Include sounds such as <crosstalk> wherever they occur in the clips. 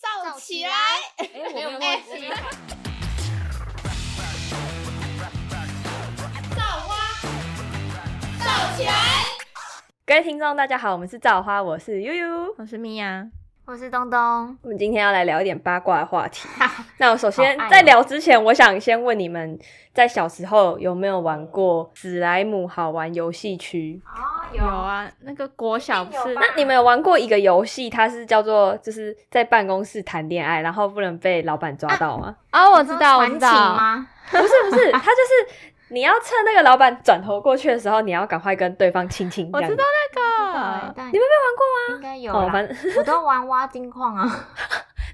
跳起来！哎，我没有哎忘记。跳起来！各位听众，大家好，我们是造花，我是悠悠。我是米娅，我是东东，我们今天要来聊一点八卦的话题。那我首先好爱哦在聊之前，我想先问你们，在小时候有没有玩过史莱姆好玩游戏区？哦，有啊，那个国小不有是吧那你们有玩过一个游戏，它是叫做就是在办公室谈恋爱，然后不能被老板抓到吗？啊？我我知道，我知道，吗？不是不 <laughs> 是，它就是你要趁那个老板转头过去的时候，你要赶快跟对方亲亲。我这样知道那个。你们没玩过吗？应该有哦，啦反正 <laughs> 我都玩挖金矿 <laughs> 啊，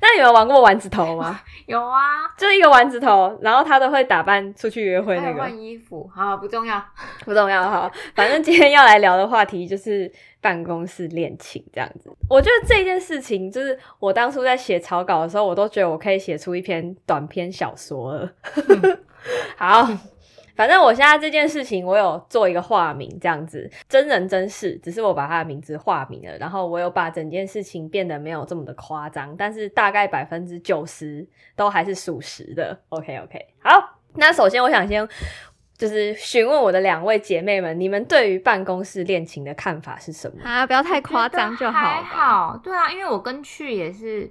那你们有玩过丸子头 <laughs> 吗？有啊，就是一个丸子头，然后他都会打扮出去约会还那有个。换衣服，好不重要。不重要哈，反正今天要来聊的话题就是办公室恋情这样子。我觉得这件事情，就是我当初在写草稿的时候，我都觉得我可以写出一篇短篇小说了。 <laughs> 好，反正我现在这件事情，我有做一个化名这样子，真人真事，只是我把他的名字化名了，然后我有把整件事情变得没有这么的夸张，但是大概百分之九十都还是属实的。OK OK，好，那首先我想先就是询问我的两位姐妹们，你们对于办公室恋情的看法是什么？啊，不要太夸张就好还吧。好，对啊，因为我跟去也是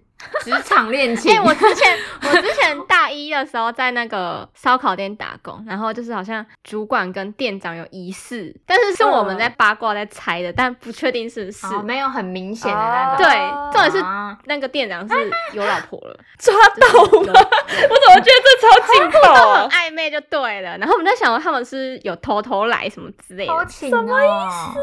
职场恋情。 <laughs> 哎，我之前我之前大一的时候在那个烧烤店打工，然后就是好像主管跟店长有疑似，但是是我嗯们在八卦在猜的，但不确定是不是。 <laughs> 哦没有很明显的那哦种。对，重点是啊那个店长是有老婆 <laughs> 了，哦抓到吗？我怎么觉得这超劲爆都很啊！暧昧就对了。然后我们在想，他们是有偷偷来什么之类偷的。情哦什么意思？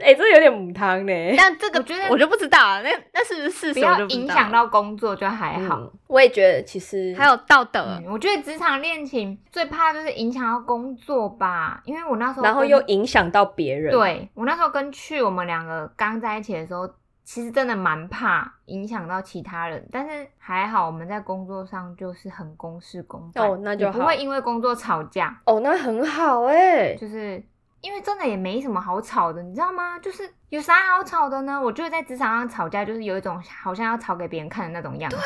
<laughs> 哎、这有点母汤呢、但这个我觉得我就不知道啊，那那是不是事不实我要就不知道影响。到工作就还好。嗯，我也觉得其实还有道德嗯，我觉得职场恋情最怕就是影响到工作吧，因为我那时候然后跟又影响到别人。，对我那时候跟去我们两个刚在一起的时候，其实真的蛮怕影响到其他人，但是还好我们在工作上就是很公事公办，哦那就也不好会因为工作吵架，哦，那很好哎、就是。因为真的也没什么好吵的，你知道吗？就是有啥好吵的呢？我觉得在职场上吵架，就是有一种好像要吵给别人看的那种样子。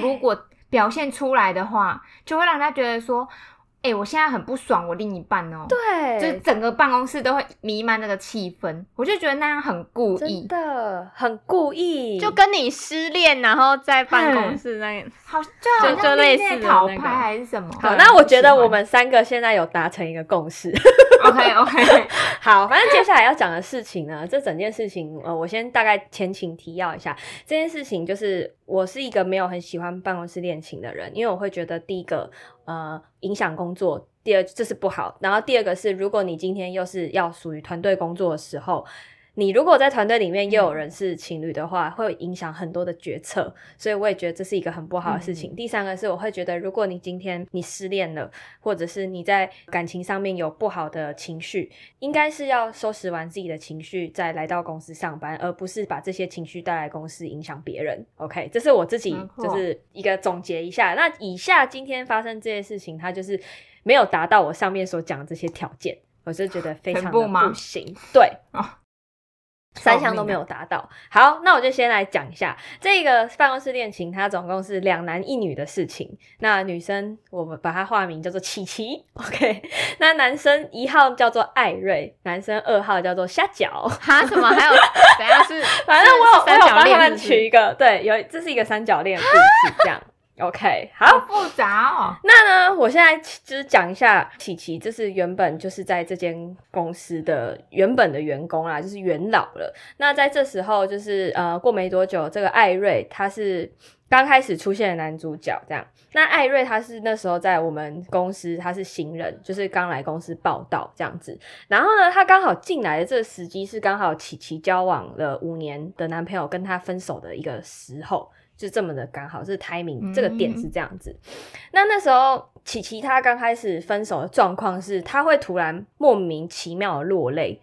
如果表现出来的话，就会让人家觉得说，哎、我现在很不爽我另一半哦。对，就是整个办公室都会弥漫那个气氛，我就觉得那样很故真意，的很故意，就跟你失恋，然后在办公室那个，好就好就像类似的恋讨那拍个还是什么。好。对那我不喜觉得欢 <laughs> 我们三个现在有达成一个共识。 OK OK，好，反正接下来要讲的事情呢， <laughs> 这整件事情，呃，我先大概前情提要一下。这件事情就是，我是一个没有很喜欢办公室恋情的人，因为我会觉得第一个，呃，影响工作；第二，这是不好。然后第二个是，如果你今天又是要属于团队工作的时候。你如果在团队里面嗯又有人是情侣的话，会影响很多的决策，所以我也觉得这是一个很不好的事嗯情。第三个是，我会觉得如果你今天你失恋了，或者是你在感情上面有不好的情绪，应该是要收拾完自己的情绪，再来到公司上班，而不是把这些情绪带来公司影响别人。OK，这是我自己没错就是一个总结一下。那以下今天发生这些事情，它就是没有达到我上面所讲的这些条件，我就觉得非常全的部吗不行。对，哦三项都没有达到。好，那我就先来讲一下这个办公室恋情，它总共是两男一女的事情。那女生我们把它化名叫做琪琪，OK。那男生一号叫做艾瑞，男生二号叫做虾饺。 <laughs> 哈什么还有怎样是，反正我有是 <laughs> 我三有角帮他恋们是不是取一个，对，有这是一个三角恋的 <laughs> 故事，这样 OK。好，好 <laughs> 复杂哦。那呢，我现在就是讲一下琪琪，这是原本就是在这间公司的原本的员工啦，就是元老了。那在这时候，就是呃，过没多久，这个艾瑞他是刚开始出现的男主角，这样。那艾瑞他是那时候在我们公司，他是新人，就是刚来公司报道这样子。然后呢，他刚好进来的这个时机是刚好琪琪交往了五年的男朋友跟他分手的一个时候，就这么的刚好是 timing，、嗯这个点是这样子。那那时候琪琪她刚开始分手的状况是，她会突然莫名其妙的落泪。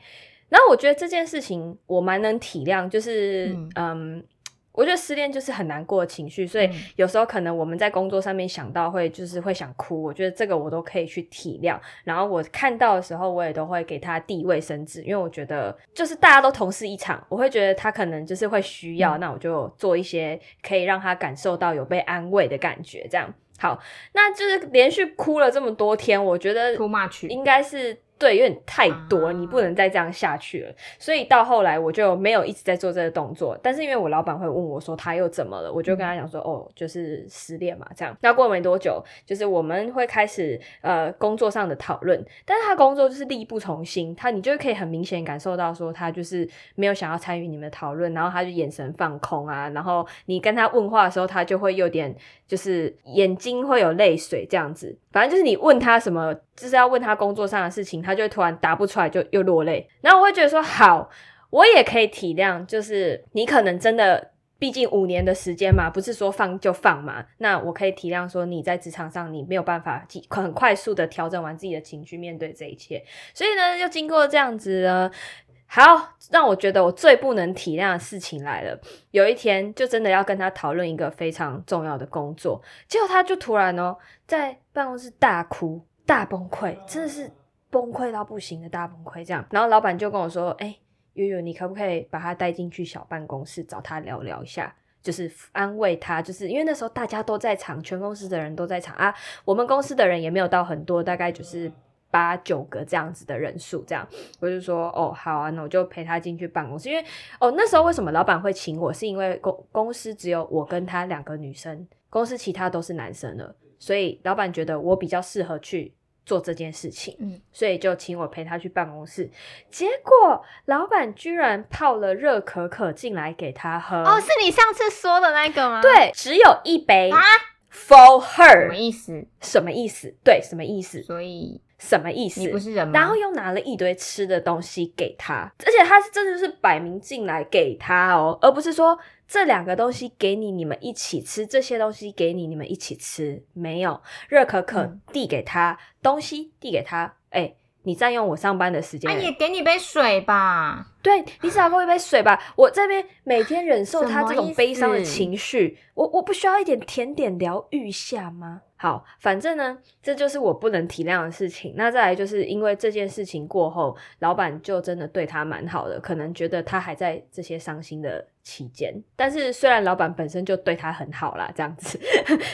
然后我觉得这件事情我蛮能体谅，就是嗯嗯我觉得失恋就是很难过的情绪，所以嗯有时候可能我们在工作上面想到会就是会想哭，我觉得这个我都可以去体谅。然后我看到的时候，我也都会给他递卫生纸，因为我觉得就是大家都同事一场，我会觉得他可能就是会需要，嗯那我就做一些可以让他感受到有被安慰的感觉，这样。好，那就是连续哭了这么多天，我觉得 Too much 应该是对，有点太多，啊你不能再这样下去了。所以到后来我就没有一直在做这个动作，但是因为我老板会问我说他又怎么了，我就跟他讲说、哦，就是失恋嘛这样。那过没多久，就是我们会开始呃工作上的讨论，但是他工作就是力不从心，他你就可以很明显感受到说他就是没有想要参与你们的讨论，然后他就眼神放空啊，然后你跟他问话的时候，他就会有点就是眼睛会有泪水这样子，反正就是你问他什么，就是要问他工作上的事情，他就会突然答不出来，就又落泪。然后我会觉得说好，我也可以体谅，就是你可能真的，毕竟五年的时间嘛，不是说放就放嘛。那我可以体谅说你在职场上你没有办法即很快速的调整完自己的情绪，面对这一切。所以呢，就经过这样子呢，好，让我觉得我最不能体谅的事情来了。有一天，就真的要跟他讨论一个非常重要的工作，结果他就突然哦，在办公室大哭、大崩溃，真的是崩溃到不行的大崩溃这样。然后老板就跟我说：“哎、悠悠，你可不可以把他带进去小办公室，找他聊聊一下？”就是安慰他，就是因为那时候大家都在场，全公司的人都在场啊，我们公司的人也没有到很多，大概就是八九个这样子的人数，这样我就说哦好啊，那我就陪他进去办公室，因为哦那时候为什么老板会请我，是因为公公司只有我跟他两个女生，公司其他都是男生了，所以老板觉得我比较适合去做这件事情，嗯所以就请我陪他去办公室，结果老板居然泡了热可可进来给他喝，哦，是你上次说的那个吗？，对，只有一杯啊什 for 么 her，意思？什么意思？对，什么意思？所以什么意思？你不是人吗？然后又拿了一堆吃的东西给他，而且他是真的是摆明进来给他哦，而不是说这两个东西给你，你们一起吃；这些东西给你，你们一起吃。没有，热可可嗯递给他、东西，递给他，哎、你占用我上班的时间啊，了，也给你杯水吧。对你只要给我一杯水吧，我这边每天忍受他这什么种意思悲伤的情绪，我我不需要一点甜点疗愈一下吗？好，反正呢，这就是我不能体谅的事情。那再来就是因为这件事情过后，老板就真的对他蛮好的，可能觉得他还在这些伤心的期间。但是虽然老板本身就对他很好啦，这样子，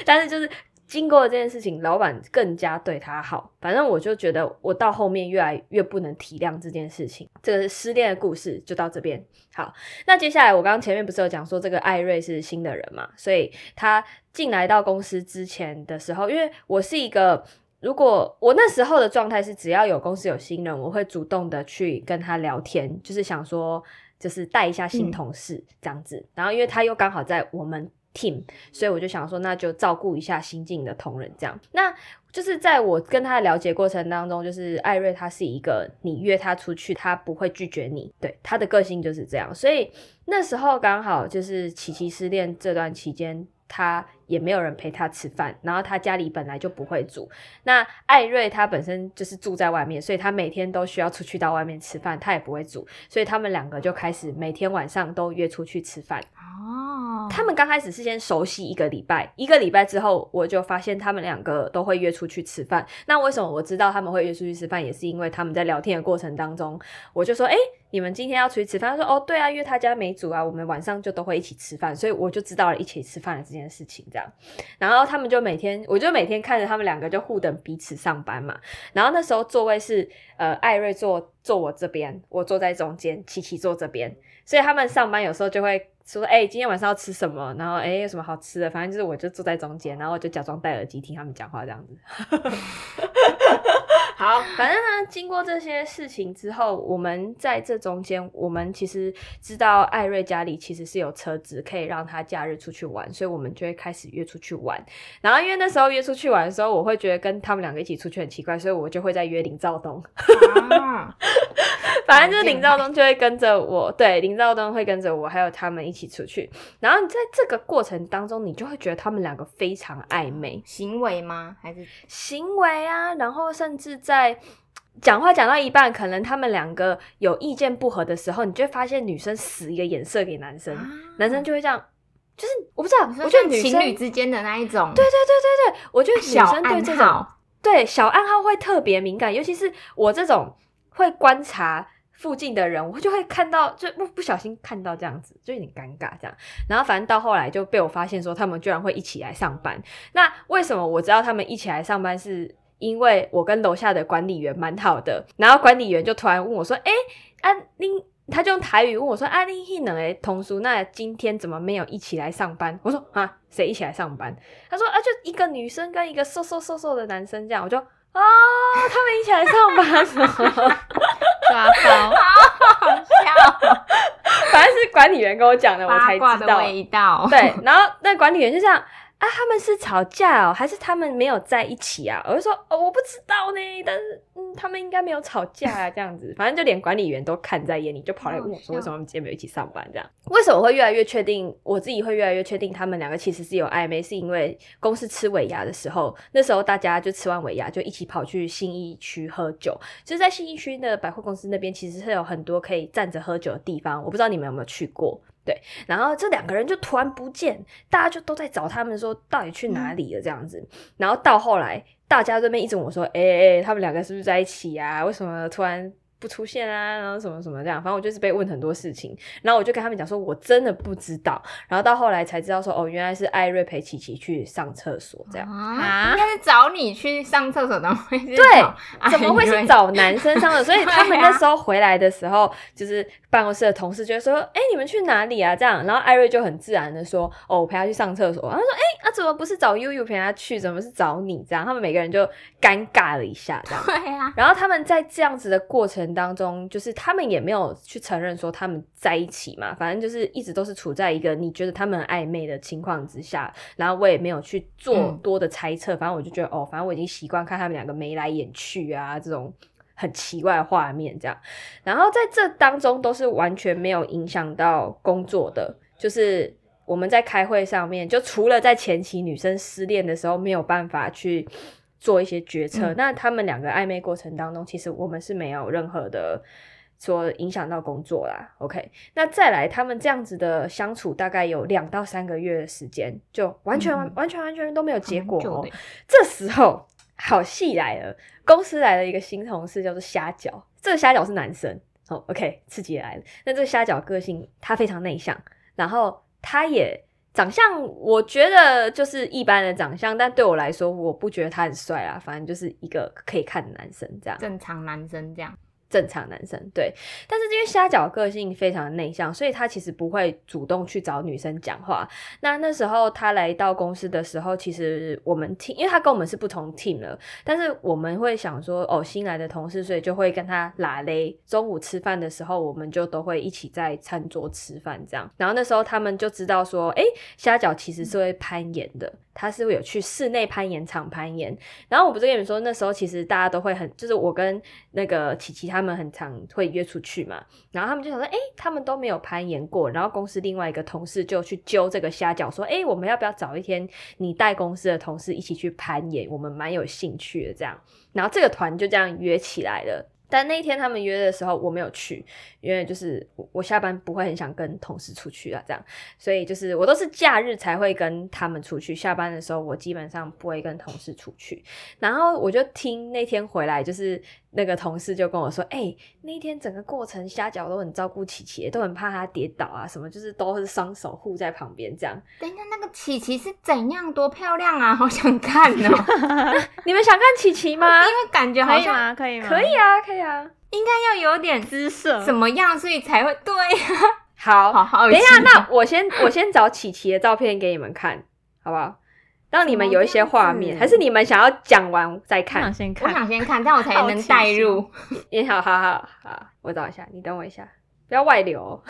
但是就是经过这件事情，老板更加对他好。反正我就觉得，我到后面越来越不能体谅这件事情。这个失恋的故事就到这边。好，那接下来我刚刚前面不是有讲说，这个艾瑞是新的人嘛，所以他进来到公司之前的时候，因为我是一个。如果我那时候的状态是，只要有公司有新人，我会主动的去跟他聊天，就是想说，就是带一下新嗯同事这样子。然后，因为他又刚好在我们 team，所以我就想说，那就照顾一下新进的同仁这样。那就是在我跟他的了解过程当中，就是艾瑞他是一个你约他出去，他不会拒绝你，对他的个性就是这样。所以那时候刚好就是琪琪失恋这段期间。他也没有人陪他吃饭，然后他家里本来就不会煮。那艾瑞他本身就是住在外面，所以他每天都需要出去到外面吃饭，他也不会煮，所以他们两个就开始每天晚上都约出去吃饭。哦，他们刚开始是先熟悉一个礼拜，一个礼拜之后，我就发现他们两个都会约出去吃饭。那为什么我知道他们会约出去吃饭，也是因为他们在聊天的过程当中，我就说：“哎、你们今天要出去吃饭？”他说：“哦，对啊，因为他家没煮啊，我们晚上就都会一起吃饭，所以我就知道了一起吃饭的这件事情。”这样，然后他们就每天，我就每天看着他们两个就互等彼此上班嘛。然后那时候座位是呃，艾瑞坐坐我这边，我坐在中间，琪琪坐这边。所以他们上班有时候就会说：“哎、今天晚上要吃什么？”然后哎、有什么好吃的？反正就是我就坐在中间，然后我就假装戴耳机听他们讲话这样子。 <laughs> 好，反正呢，经过这些事情之后，我们在这中间，我们其实知道艾瑞家里其实是有车子可以让他假日出去玩，所以我们就会开始约出去玩。然后因为那时候约出去玩的时候，我会觉得跟他们两个一起出去很奇怪，所以我就会在约林兆东。啊反正就是林兆东就会跟着我，对，林兆东会跟着我，还有他们一起出去。然后你在这个过程当中，你就会觉得他们两个非常暧昧，行为吗？还是行为啊，然后甚至在讲话讲到一半，可能他们两个有意见不合的时候，你就会发现女生使一个眼色给男生，啊男生就会这样，就是我不知道，你说我觉得像女情生侣之间的那一种，对对对对对，我觉得女小生对暗这种号，对小暗号会特别敏感，尤其是我这种会观察附近的人，我就会看到，就不不小心看到这样子，就有点尴尬这样。然后反正到后来就被我发现说，他们居然会一起来上班。那为什么我知道他们一起来上班是？因为我跟楼下的管理员蛮好的，然后管理员就突然问我说：“哎、啊，您他就用台语问我说：“啊，你一能诶，同叔，那今天怎么没有一起来上班？”我说：“啊，谁一起来上班？”他说：“啊，就一个女生跟一个瘦瘦瘦瘦的男生这样。”我就啊、他们一起来上班哦了，抓包。好笑， <laughs> 反正是管理员跟我讲 <laughs> 的，我才八卦知的道。味道。对，然后那管理员就这样啊，他们是吵架哦，还是他们没有在一起啊？我就说哦，我不知道呢，但是嗯，他们应该没有吵架啊，这样子，反正就连管理员都看在眼里，就跑来问我说为什么他们今天没有一起上班？这样为什么会越来越确定？我自己会越来越确定他们两个其实是有暧昧，是因为公司吃尾牙的时候，那时候大家就吃完尾牙就一起跑去信义区喝酒，就是在信义区的百货公司那边，其实是有很多可以站着喝酒的地方，我不知道你们有没有去过。对，然后这两个人就突然不见，大家就都在找他们说到底去哪里了这样子。然后到后来，大家这边一直问我说：“哎、欸他们两个是不是在一起啊？为什么突然不出现啊？然后什么什么这样，反正我就是被问很多事情。然后我就跟他们讲说，我真的不知道。然后到后来才知道说，哦，原来是艾瑞陪琪琪去上厕所这样。啊，应该是找你去上厕所的，对对 <laughs> 怎么会是？找男生上的？所 <laughs> 以他们那时候回来的时候，就是办公室的同事就会说：“哎、你们去哪里啊？”这样，然后艾瑞就很自然的说：“哦，我陪他去上厕所。”他说：“哎、啊，怎么不是找悠悠陪他去？怎么是找你？”这样，他们每个人就尴尬了一下，这样。对啊，然后他们在这样子的过程当中，就是他们也没有去承认说他们在一起嘛，反正就是一直都是处在一个你觉得他们很暧昧的情况之下。然后我也没有去做嗯多的猜测，反正我就觉得哦，反正我已经习惯看他们两个眉来眼去啊这种。很奇怪的画面这样，然后在这当中都是完全没有影响到工作的，就是我们在开会上面，就除了在前期女生失恋的时候没有办法去做一些决策，嗯那他们两个暧昧过程当中，其实我们是没有任何的说影响到工作啦。OK，那再来他们这样子的相处，大概有两到三个月的时间，就完全、嗯完全完全都没有结果、蛮久哦的。这时候好戏来了，公司来了一个新同事，叫做虾饺。这个虾饺是男生哦，OK，刺激也来了。那这个虾饺个性他非常内向，然后他也长相我觉得就是一般的长相，但对我来说我不觉得他很帅啦，反正就是一个可以看的男生这样。正常男生这样，正常男生对，但是因为虾饺个性非常内向，所以他其实不会主动去找女生讲话。那那时候他来到公司的时候，其实我们 team，因为他跟我们是不同 team 了，但是我们会想说，哦，新来的同事，所以就会跟他拉嘞。中午吃饭的时候，我们就都会一起在餐桌吃饭这样。然后那时候他们就知道说，诶，虾饺其实是会攀岩的，他是会有去室内攀岩场攀岩。然后我不是跟你们说，那时候其实大家都会很，就是我跟那个琪琪他们很常会约出去嘛。然后他们就想说，诶，他们都没有攀岩过。然后公司另外一个同事就去揪这个虾饺说，诶，我们要不要找一天你带公司的同事一起去攀岩？我们蛮有兴趣的这样。然后这个团就这样约起来了。但那一天他们约的时候，我没有去，因为就是我我下班不会很想跟同事出去啊，这样，所以就是我都是假日才会跟他们出去，下班的时候我基本上不会跟同事出去。然后我就听那天回来，就是那个同事就跟我说：“哎、那天整个过程虾饺都很照顾琪琪，都很怕她跌倒啊，什么就是都是双手护在旁边这 <laughs> 样。等一下那个琪琪是怎样多漂亮啊， <laughs> 好想看哦， <laughs> 因你们想看琪琪吗？为感觉可好以像吗？可以吗？可以啊，可以啊。应该要有点姿色怎么样，所以才会对 <laughs> 呀、好，好好等一下，那我先我先找琪琪的照片给你们看，好不好？让你们有一些画面，怎么这样子还是你们想要讲完再我想看？先我看，想先看，这样我才能代入。也好好好好，我找一下，你等我一下，不要外流哦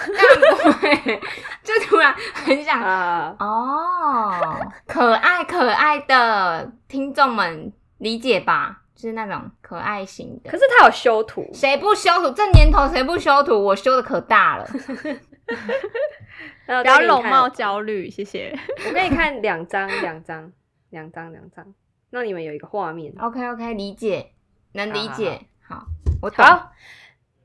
对， <laughs> 就突然很想啊、 <laughs> 哦，可爱可爱的听众们理解吧，就是那种可爱型可的。是他有修图，谁不修图？这年头谁不修图？我修的可大 <laughs> 了。不不要容貌焦虑，谢谢。 <laughs> 我给你看两张，两张，两张，两张，让哦你们有一个画面。 OK OK，理解，能理解。好，我懂。好，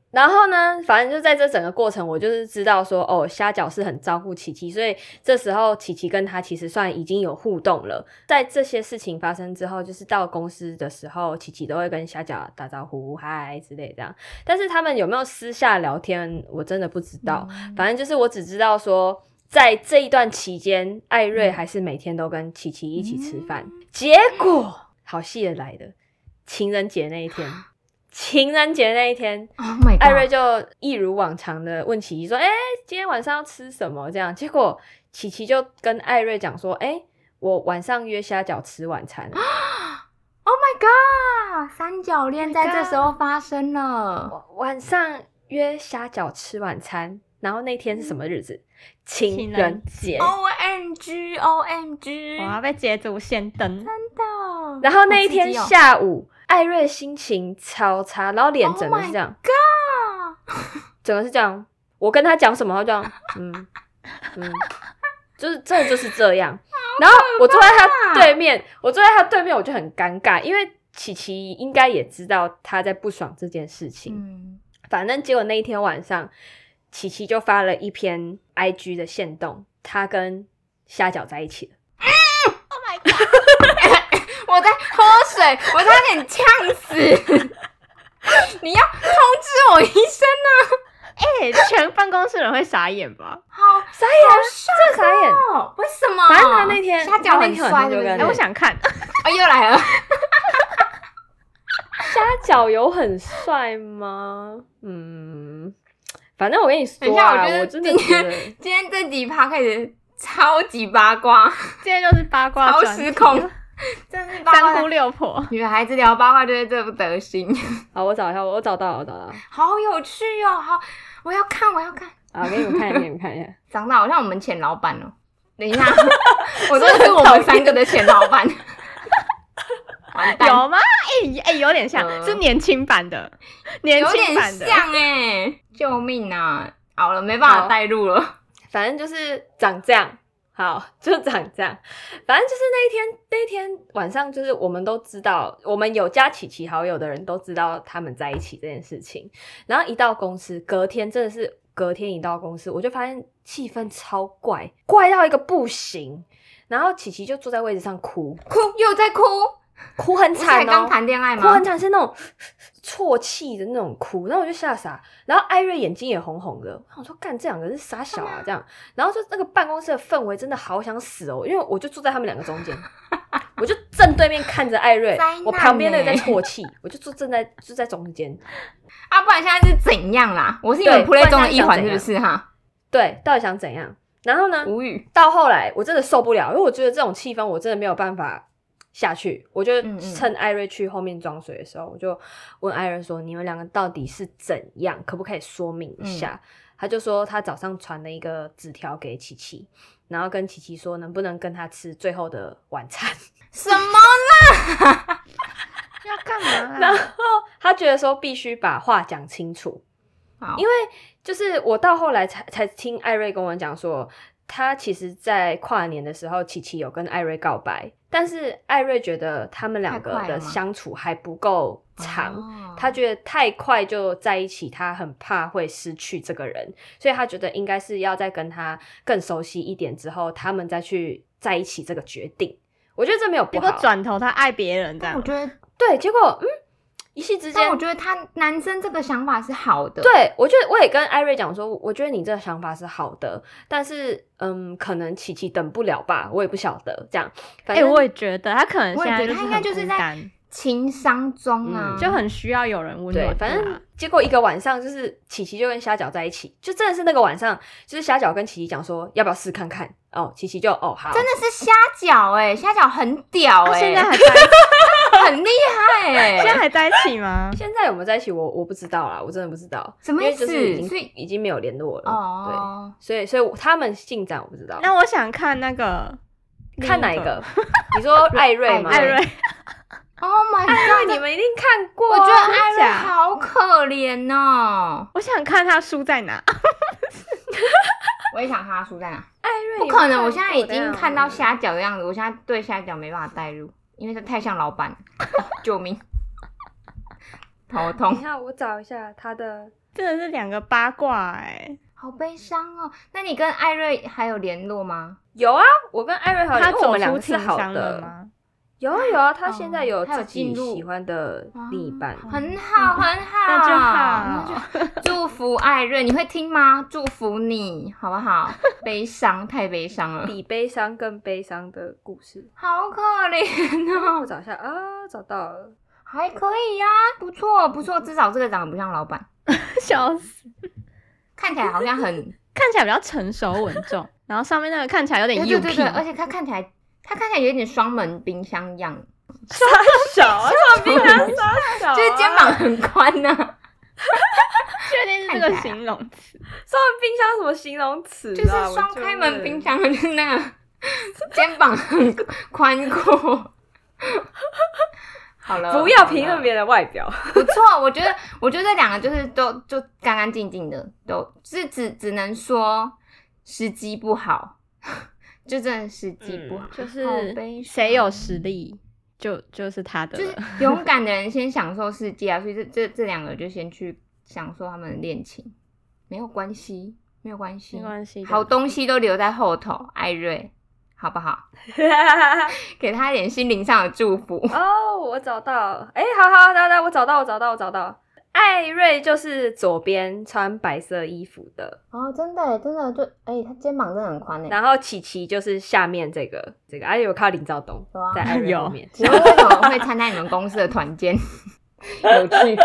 然后呢，反正就在这整个过程，我就是知道说，哦，虾饺是很照顾琪琪，所以这时候琪琪跟他其实算已经有互动了。在这些事情发生之后，就是到公司的时候，琪琪都会跟虾饺打招呼、嗨之类这样。但是他们有没有私下聊天，我真的不知道。反正就是我只知道说，在这一段期间，艾瑞还是每天都跟琪琪一起吃饭。结果好戏也来的，情人节那一天，情人节那一天。 Oh my god！艾瑞就一如往常的问琪琪说：“哎、今天晚上要吃什么？”这样，结果琪琪就跟艾瑞讲说：“哎、我晚上约虾饺吃晚餐。 Oh my god！三角恋在这时候发生了，我哦晚上约虾饺吃晚餐，然后那天是什么日子？哦情情人人节。 O M G O M G！我要被捷足先登，真的。然后那一天好刺激哦下午，艾瑞心情超差，然后脸整个是这样 Oh 哦整个是这样。我跟他讲什么，他就这样，嗯嗯，就是真的就是这样。然后我坐在他对面，我坐在他对面，我就很尴尬，因为琪琪应该也知道他在不爽这件事情。嗯，反正结果那一天晚上，琪琪就发了一篇 IG 的线动，他跟虾饺在一起了。我在喝水， <laughs> 我差点呛死。 <laughs> 你要通知我一声，啊哎、全办公室人会傻眼吧？好傻眼，帅这傻眼。哦！为什么？反正他那天虾饺他那很天晚帅，上是就不跟是？哎、对我想看，啊，又来了。虾饺有很帅吗？嗯，反正我跟你等一说下，啊，我觉我得真今的觉天得。今天这集趴开始超级八卦，今天就是八卦超啊专题失控， <laughs> 真是八卦三姑六婆。女孩子聊八卦就是这副德行，好，我找一下，我找到了，我找到了。 <laughs> 好有趣哦！好，我要看，我要看，啊，给你们看一下，给你们看一下。长得好像我们前老板哦。等一下，我真的是我们三个的前老板，完蛋，有吗？哎、哎、有点像，嗯是年轻版的，年有轻点版的。像哎、救命啊！好了，没办好法带入了。反正就是长这样，好， <laughs> 就长这样。反正就是那一天，那一天晚上，就是我们都知道，我们有加琪琪好友的人都知道他们在一起这件事情。然后一到公司，隔天真的是隔天一到公司，我就发现气氛超怪，怪到一个不行。然后琪琪就坐在位置上哭，哭又在哭，哭很不是才惨哦，刚谈恋爱哭吗很？惨，是那种啜泣的那种哭，然后我就吓傻，然后艾瑞眼睛也红红的，我想说干这两个人是傻小啊这样，然后就那个办公室的氛围真的好想死哦，因为我就坐在他们两个中间，我就正对面看着艾 <laughs> 瑞灾难，我旁边那个在欸啜泣，我就坐正在就在中间，啊，不然现在是怎样啦？我是你们对 play 中的一不然环，现是在不是是哈？对，到底想怎样？然后呢，无语，到后来我真的受不了，因为我觉得这种气氛我真的没有办法下去。我就嗯嗯趁艾瑞去后面装水的时候，我就问艾瑞说：“你们两个到底是怎样？可不可以说明一下？”嗯他就说他早上传了一个纸条给琪琪，然后跟琪琪说能不能跟他吃最后的晚餐。什么？要干嘛然啊啦？后他觉得说必须把话讲清楚，好因为就是我到后来才才听艾瑞跟我讲说，他其实，在跨年的时候，琪琪有跟艾瑞告白，但是艾瑞觉得他们两个太快的了吗相处还不够长。哦他觉得太快就在一起，他很怕会失去这个人，所以他觉得应该是要再跟他更熟悉一点之后，他们再去在一起这个决定。我觉得这没有不结果好，转头他爱别人这但样我，觉得，对，结果嗯，一夕之间但我觉得他男生这个想法是好的，，对，我觉得我也跟艾瑞讲说，我觉得你这个想法是好的，但是嗯，可能琪琪等不了吧，我也不晓得这样。哎、反正、我也觉得他可能我现也在觉得他应该就是很孤在单，情商中啊，嗯就很需要有人温对暖，他。反正结果一个晚上就是琪琪就跟虾饺在一起，就真的是那个晚上，就是虾饺跟琪琪讲说要不要试看看哦，琪琪就哦好，真的是虾饺哎，虾饺很屌他哎、现在还在，很厉害哎、 <laughs> 现在还在一起吗？现在有没有在一起我我不知道啦，我真的不知道，什么因意为就思是已所以经已经没有联络了，哦，对，所以所以我他们进展我不知道。 <laughs> 那我想看那个，看哪一另个？嗯你说 <laughs> 艾哦瑞吗？艾瑞， ，Oh my 艾瑞 god！啊你们一定看 <laughs> 过我啊、觉得艾真瑞假好可怜 <laughs> 哦，我想看他输在哪。 <laughs> 我也想看他输在哪，艾瑞不你们可能，看我现在过已经的看到啊虾饺的样子，我现在对虾饺没办法代入，因为他太像老 <laughs> 板了，哦救命，头等痛一。下，我找一下他的真的是两个八卦哎、好悲伤哦。那你跟艾瑞还有联络吗？有啊，我跟艾瑞好，他因为我走们两出个是情好商了的。吗？有啊有啊，他现在有哦他有自进己入喜欢的另一半。很好，很嗯好，那就好啊 <laughs> 那就。祝福艾瑞，你会听吗？祝福你，好不好？悲伤，太悲伤了，比悲伤更悲伤的故 <laughs> 事。好可怜哦。我找一下啊，找到了。还可以呀、啊不错不错，至少这个长得不像老板，笑死，看起来好像很看起来比较成熟稳重，然后上面那个看起来 <laughs> 有对点对幼对屁，对，而且他看起来他看起来有点双门冰箱一样，小啊，这就小、是肩膀很宽啊呐、确定是这看个起来啊形容词。上冰箱什么形容词、啊？就是我双开门问冰。箱，就是那个肩膀很宽阔。好了，不要好了评论别人的外表， <laughs> 不错，我觉得，我觉得这两个就是都就干干净净的，都是只只能说时机不好， <laughs> 就真的时机不好。嗯就好是悲谁有伤实力，就哦就是他的就了。是勇敢的人先享受世界啊，所以这这这两个就先去享受他们的恋情，没有关系，没有关系，没关系的好东西都留在后头，艾瑞，好不好？给他一点心灵上的祝福。哦，我找到，哎、好好，来来，我找到，我找到，我找到。艾瑞就是左边穿白色衣服的，哦，真的真的就哎、他肩膀真的很宽哎。然后琪琪就是下面这个这个，哎、有看到林兆东有啊在艾瑞有后面， <laughs> 请问为什么会参加你们公司的团建？有趣，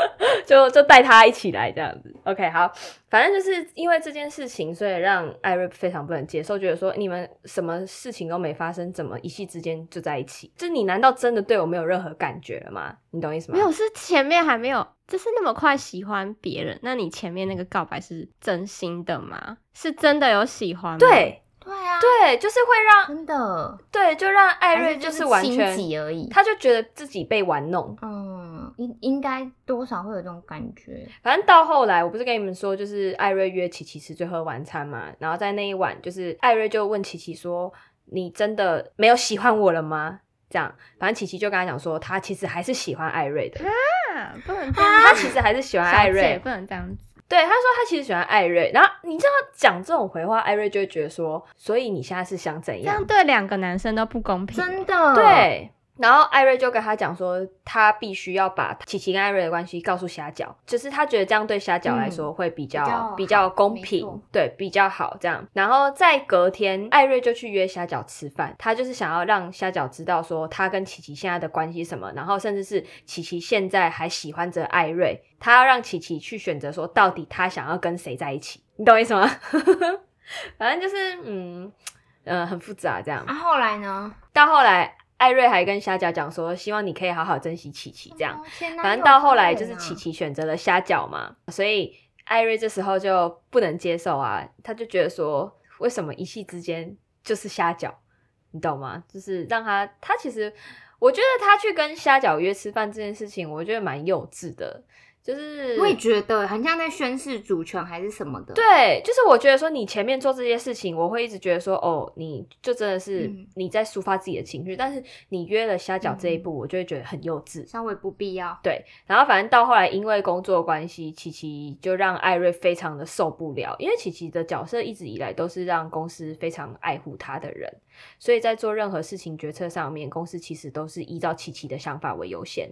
就就带他一起来这样子。OK，好，反正就是因为这件事情，所以让艾瑞非常不能接受，觉得说你们什么事情都没发生，怎么一夕之间就在一起？就你难道真的对我没有任何感觉了吗？你懂意思吗？没有，是前面还没有，就是那么快喜欢别人。那你前面那个告白是真心的吗？是真的有喜欢吗？，对对啊，对，就是会让真的，对，就让艾瑞还是完全心，急而已。他就觉得自己被玩弄。嗯，应应该多少会有这种感觉。反正到后来，我不是跟你们说，就是艾瑞约琪琪吃最后晚餐嘛，然后在那一晚，就是艾瑞就问琪琪说：“你真的没有喜欢我了吗？”这样，反正琪琪就跟他讲说，他其实还是喜欢艾瑞的，啊，不能这样子，啊他其实还是喜欢艾小姐瑞。不能这样子。对，他说他其实喜欢艾瑞。然后你知道讲这种回话，艾瑞就会觉得说，所以你现在是想怎这样样？对两个男生都不公平。真的，，对。然后艾瑞就跟他讲说，他必须要把琪琪跟艾瑞的关系告诉虾饺，就是他觉得这样对虾饺来说会比较、比较好比较公没平错，对，比较好这样。然后在隔天，艾瑞就去约虾饺吃饭，他就是想要让虾饺知道说他跟琪琪现在的关系是什么，然后甚至是琪琪现在还喜欢着艾瑞，他要让琪琪去选择说到底他想要跟谁在一起，你懂我意思吗？ <laughs> 反正就是嗯呃很复杂这样啊，。后来呢？到后来，艾瑞还跟虾饺讲说，希望你可以好好珍惜琪琪。这样哦，，天哪反正到后来就是有琪可能啊琪选择了虾饺嘛，所以艾瑞这时候就不能接受啊，他就觉得说，为什么一夕之间就是虾饺？你懂吗？就是让他，他其实我觉得他去跟虾饺约吃饭这件事情，我觉得蛮幼稚的，就是我也觉得很像在宣誓主权还是什么的。，对，就是我觉得说你前面做这些事情，我会一直觉得说，哦，你就真的是嗯你在抒发自己的情绪，但是你约了虾饺这一步，我就会觉得很幼稚。稍微不必要。对，然后反正到后来因为工作关系，琪琪就让艾瑞非常的受不了，因为琪琪的角色一直以来都是让公司非常爱护他的人，所以在做任何事情决策上面，公司其实都是依照琪琪的想法为优先。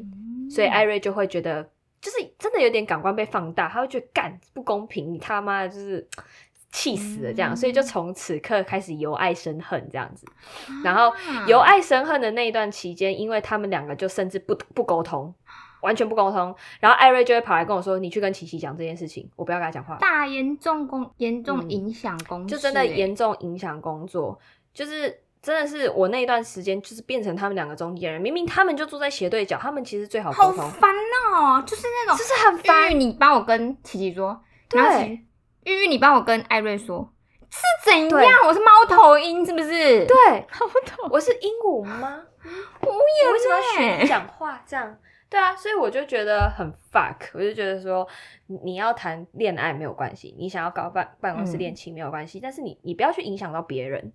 所以嗯艾瑞就会觉得，就是真的有点感官被放大，他会觉得干不公平，你他妈的就是气死了这样，嗯所以就从此刻开始由爱生恨这样子。然后啊由爱生恨的那一段期间，因为他们两个就甚至不不沟通，完全不沟通，然后艾瑞就会跑来跟我说：“你去跟琪琪讲这件事情，我不要跟他讲话。”大严重公严重嗯影响公司、就真的欸严重影响工作，就是真的是我那一段时间就是变成他们两个中间人，明明他们就坐在斜对角，他们其实最好好沟通，烦哦，就是那就种是很烦玉玉，你帮我跟琪琪说，对然后琪玉玉你帮我跟艾瑞说，是怎对样？我是猫头鹰是不是？对，对，好懂，我是鹦 <laughs> 鹉吗？无我为什么要言欸学你呢。讲话这样？对啊，所以我就觉得很 fuck，我就觉得说，你你要谈恋爱没有关系，你想要搞办办公嗯室恋情没有关系，但是你你不要去影响到别人，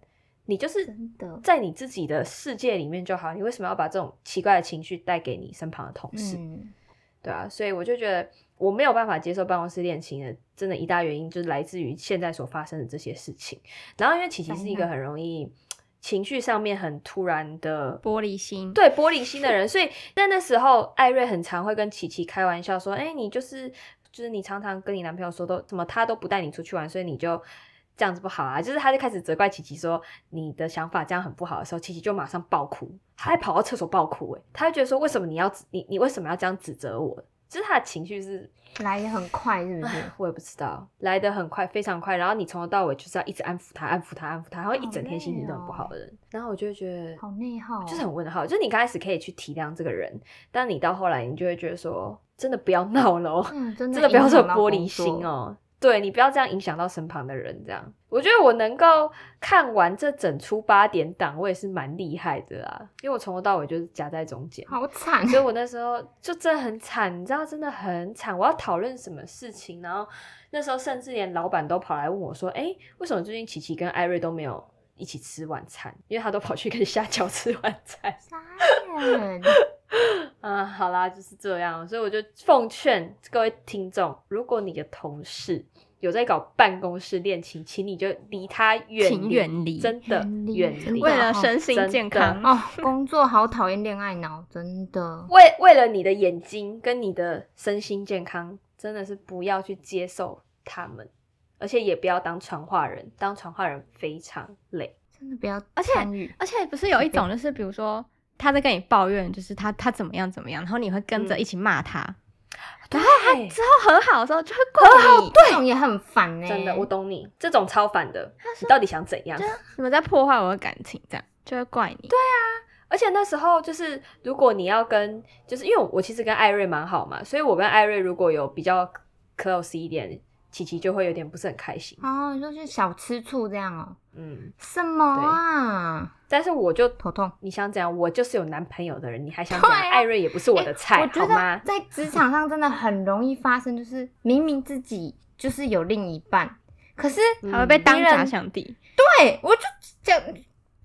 你就是真的在你自己的世界里面就好。你为什么要把这种奇怪的情绪带给你身旁的同事？嗯，对啊，所以我就觉得我没有办法接受办公室恋情的，真的一大原因就是来自于现在所发生的这些事情。然后因为琪琪是一个很容易情绪上面很突然的玻璃心，对玻璃心的人，所以在那时候，艾瑞很常会跟琪琪开玩笑说：“哎、你就是就是你常常跟你男朋友说都怎么他都不带你出去玩，所以你就这样子不好啊。”就是他就开始责怪琪琪说你的想法这样很不好的时候，琪琪就马上爆哭，他还跑到厕所爆哭、欸，哎，他就觉得说为什么你要指你你为什么要这样指责我？就是他的情绪是来也很快，是不是？我也不知道，来的很快，非常快。然后你从头到尾就是要一直安抚他，安抚他，安抚他，然后一整天心情都很不好的人。哦然后我就会觉得好内耗、哦，就是很问号。就是你刚开始可以去体谅这个人，但你到后来，你就会觉得说，真的不要闹了哦，嗯， <laughs> 真的真的不要影这响么到玻工璃作心。哦。对你不要这样影响到身旁的人，这样我觉得我能够看完这整出八点档，我也是蛮厉害的啦，因为我从头到尾就是夹在中间，好 <laughs> 惨，所以我那时候就真的很惨，你知道，真的很惨。我要讨论什么事情，然后那时候甚至连老板都跑来问我说：“哎、为什么最近琪琪跟艾瑞都没有一起吃晚餐？因为他都跑去跟虾饺吃晚餐。” <laughs> 傻眼，啊，好啦，就是这样，所以我就奉劝各位听众，如果你的同事有在搞办公室恋情，请你就离他远请离，远离真的远离远真离。的为了身心真健的康，哦，工作好讨厌恋爱脑，真的。为为了你的眼睛跟你的身心健康，真的是不要去接受他们，而且也不要当传话人，当传话人非常累。真的不要而且参与，而且不是有一种就是，比如说他在跟你抱怨，就是他他怎么样怎么样，然后你会跟着嗯一起骂他，对，之后和哦好的时候就会怪你，这种也很烦欸呢、哦真的，我懂你，这种超烦的，你说到底想怎样？你们在破坏我的感情，这样就会怪你。对，而且那时候就是，如果你要跟，就是因为我我其实跟艾瑞蛮好嘛，所以我跟艾瑞如果有比较 close 一点，琪琪就会有点不是很开心。哦，就是小吃醋这样哦？嗯，什么啊？但是我就头痛。你想怎样，我就是有男朋友的人，你还想怎样？对啊艾瑞也不是我欸的菜，我觉好吗得？在职场上真的很容易发生，就是明明自己就是有另一半，可是还会被当别人假想敌。对我就讲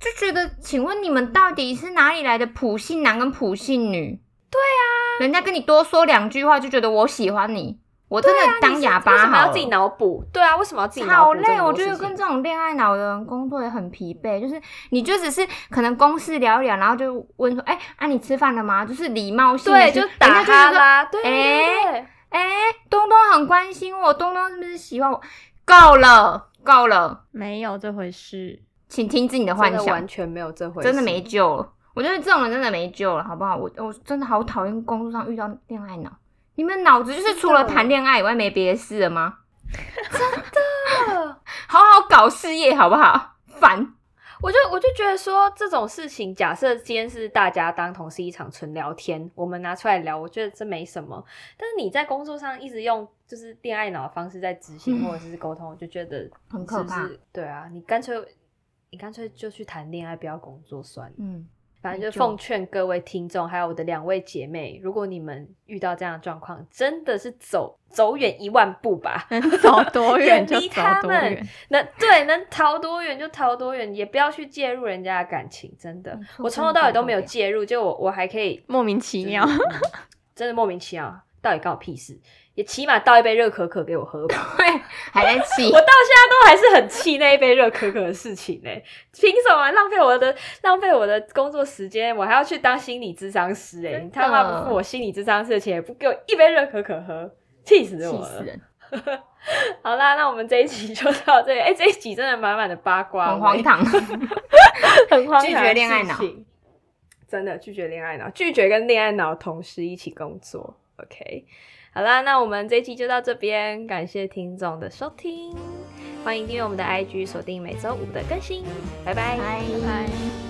就觉得，请问你们到底是哪里来的普信男跟普信女？对啊，人家跟你多说两句话就觉得我喜欢你，我真的当哑啊为巴什么好要了自己脑补？对啊，为什么要自己脑好补这么多事累，情？我觉得跟这种恋爱脑的人工作也很疲惫。就是你就只是可能公事聊一聊，然后就问说：“哎、啊，你吃饭了吗？”就是礼貌性的 <laughs> 对，是，就人家打就哈是说啦，对对对对哎、东东很关心我，东东是不是喜欢我？够了，够了，没有这回事，请停止你的真幻的想完，全没有这回事，真的没救了。我觉得这种人真的没救了，好不好？我我真的好讨厌工作上遇到恋爱脑，你们脑子就是除了谈恋爱以外没别的事了吗？好好搞事业好不好？烦， <laughs> 我就我就觉得说这种事情，假设今天是大家当同是一场纯聊天，我们拿出来聊，我觉得这没什么。但是你在工作上一直用就是恋爱脑的方式在执行、嗯或者是沟通，我就觉得很可怕是不是对啊，你干脆你干脆就去谈恋爱，不要工作算了。嗯，反正没就错奉劝各位听众，还有我的两位姐妹，如果你们遇到这样的状况，真的是走走远一万步吧。 <laughs> 能走多远远就离走他多们远。能对能逃多远就逃多远，也不要去介入人家的感情，真的没。错我从头到尾都没有真的介入，就我我还可以莫名其妙就是嗯真的莫名其妙，到底关我屁事？也起码倒一杯热可可给我喝吧。对，还在气我，到现在都还是很气那一杯热可可的事情呢、凭什么浪费我的浪费我的工作时间？我还要去当心理咨商师真哎、的你他妈不付我心理咨商师的钱，也不给我一杯热可可喝，气死我气了！死人，好啦，那我们这一集就到这里。哎、这一集真的满满的八卦味，很荒唐。很荒唐的 <laughs> 拒绝恋爱脑事情，真的拒绝恋爱脑，拒绝跟恋爱脑同时一起工作。OK，好啦，那我们这一期就到这边，感谢听众的收听，欢迎订阅我们的 IG，锁定每周五的更新，拜拜拜。拜。